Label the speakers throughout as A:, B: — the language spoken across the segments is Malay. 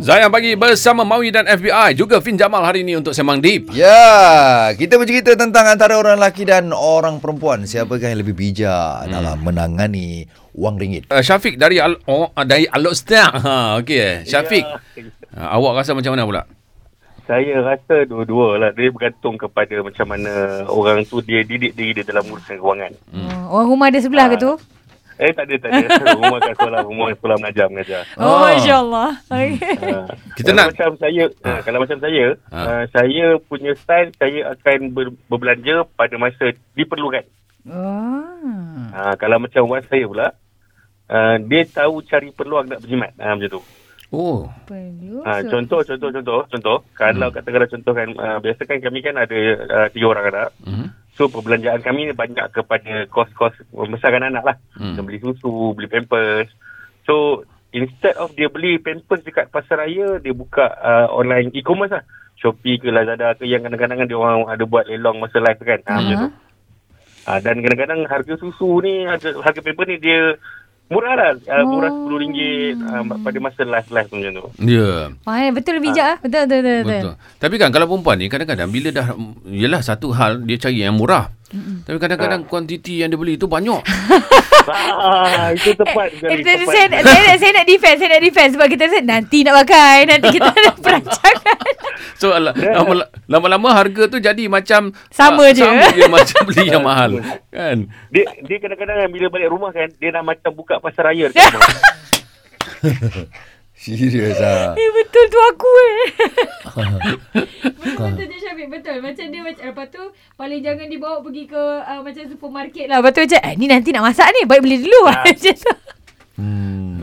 A: Zayan pagi bersama Mawi dan FBI juga Fin Jamal hari ini untuk Semang Deep.
B: Ya, kita bercerita tentang antara orang lelaki dan orang perempuan. Siapakah yang lebih bijak hmm. dalam menangani wang ringgit?
A: Uh, Syafiq dari Al oh, dari Alostar. Ha okey eh. Syafiq.
C: Ya.
A: Uh, awak rasa macam mana pula?
C: Saya rasa dua-dua lah. Dia bergantung kepada macam mana orang tu dia didik diri dia dalam urusan kewangan.
D: Hmm. Orang rumah dia sebelah ke
C: Ah.
D: tu?
C: Eh tak ada, tak ada. rumah kat sekolah, rumah kat sekolah mengajar, mengajar.
D: Oh, oh masya-Allah. Okay.
C: Ha.
A: Kita
C: kalau
A: nak-
C: macam saya ha. kalau macam saya
A: Ha.
C: ha. uh, saya punya style saya akan ber, berbelanja pada masa diperlukan
D: Oh.
A: Hmm.
C: ha, kalau macam wife saya pula uh, dia tahu cari peluang nak berjimat ha, macam tu
A: Oh.
D: Perlu.
C: ha, contoh contoh contoh contoh kalau hmm. katakanlah contoh kan uh, biasa kan kami kan ada uh, tiga orang anak
A: Hmm.
C: So perbelanjaan kami ni banyak kepada kos-kos membesarkan anak lah.
A: Hmm.
C: Hmm. Dia beli susu, beli pampers. So instead of dia beli pampers dekat pasar raya, dia buka uh, online e-commerce lah. Shopee ke Lazada ke yang kadang-kadang dia orang ada buat lelong masa live kan.
D: Ah,
C: Ha, macam
D: Hmm.
C: tu. Ha, dan kadang-kadang harga susu ni, harga, harga pamper ni dia murah lah. Uh, murah
D: Oh.
C: RM10 uh, pada masa live-live macam tu.
A: Ya. Yeah.
D: Wah, betul bijak ah. Betul betul betul. betul.
A: Betul. Tapi kan kalau perempuan ni kadang-kadang bila dah yalah satu hal dia cari yang murah. Mm-mm. Tapi kadang-kadang kuantiti yang dia beli tu banyak.
C: ah, itu tepat.
D: Eh,
C: sekali,
D: betul, betul. saya, nak- saya, nak, saya nak defense Saya nak defense Sebab kita rasa Nanti nak pakai Nanti kita ada perancangan
A: So ala- lama- lama-lama harga tu jadi macam Ah,
D: Sama je.
A: sama je macam beli yang mahal. Kan?
C: Dia dia kadang-kadang bila balik rumah kan dia nak macam buka pasar raya dekat rumah.
B: Serius ah.
D: Eh betul tu aku eh Betul-betul je Syafiq Betul Macam dia macam Lepas tu Paling jangan dibawa pergi ke uh, Macam supermarket lah Lepas tu macam eh, Ni nanti nak masak ni Baik beli dulu lah Macam tu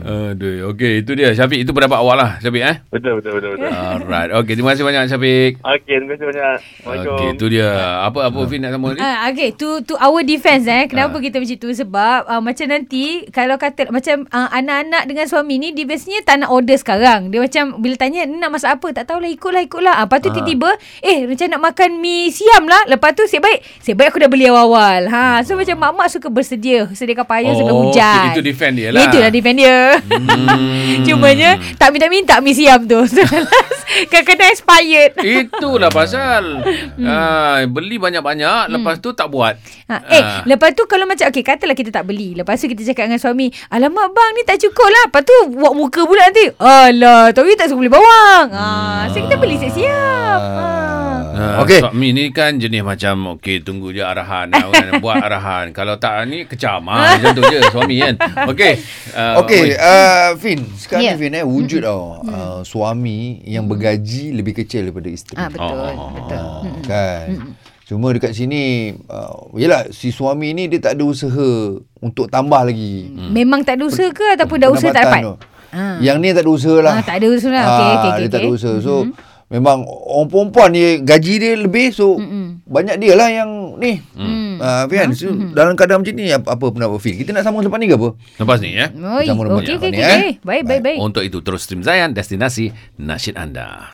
A: Aduh. Okey, itu dia Syafiq. Itu pendapat awak lah Syafiq eh.
C: Betul betul betul betul.
A: Alright. Okey, terima kasih banyak Syafiq.
C: Okey, terima kasih banyak. Assalamualaikum.
A: Okey, itu dia. Apa apa Fin nak sambung lagi?
D: Ah, okay, to to our defense eh. Kenapa
A: Ah.
D: kita macam tu? Sebab uh, macam nanti kalau kata macam uh, anak-anak dengan suami ni dia biasanya tak nak order sekarang. Dia macam bila tanya ni nak masak apa, tak tahulah ikutlah ikutlah. Ah, lepas tu tiba-tiba eh macam nak makan mi siam lah. Lepas tu saya baik, saya baik aku dah beli awal-awal. Ha, so macam mak-mak suka bersedia, sediakan payung sebelum
A: Ah. Oh,
D: hujan.
A: itu- itu defend dia lah.
D: Itulah defend dia. Hmm. Cumanya tak minta-minta mi siam tu. Kadang-kadang expired.
A: Itulah pasal.
B: Hmm.
A: Ah, beli banyak-banyak lepas tu tak buat.
D: Ha, eh,
A: Ah.
D: lepas tu kalau macam okey katalah kita tak beli. Lepas tu kita cakap dengan suami, "Alamak bang, ni tak cukup lah." Lepas tu buat muka pula nanti. Alah, tahu you tak suka beli bawang. Ha,
A: Hmm.
D: so kita beli siap-siap. Ha.
A: Ah,
B: Okey.
A: Suami ni kan jenis macam okey tunggu je arahan ah, orang buat arahan. Kalau tak ni kecam ah macam tu je suami kan. Okey. ah,
B: Okey,
A: Oi.
B: uh, Fin. Sekarang
D: Ya.
B: ni Fin eh, wujud tau uh, suami yang bergaji lebih kecil daripada isteri.
D: Ah, betul,
A: Oh.
D: betul.
B: Ah, kan. Cuma dekat sini, uh, yelah si suami ni dia tak ada usaha untuk tambah lagi.
A: Hmm.
D: Memang tak ada usaha ke ataupun dah usaha tak dapat?
B: pendapatan tu. Yang ni tak ada usaha lah.
D: Ah, tak ada usaha lah. Okey, okey, okey,
B: Dia tak ada
D: okey. Mm-hmm.
B: usaha. So, memang orang perempuan dia gaji dia lebih. So, banyak dia lah yang ni. Mm. Ah, kan? So,
D: Mm-hmm.
B: dalam keadaan macam ni, apa, apa pendapat Fil? Kita nak sambung lepas ni ke apa?
A: Lepas ni eh.
D: Oi,
B: Macam mana
D: okey,
B: banyak
D: okey,
B: ni,
D: okey.
B: eh?
D: Baik, baik, baik.
A: Untuk itu terus stream Zayan destinasi nasyid anda.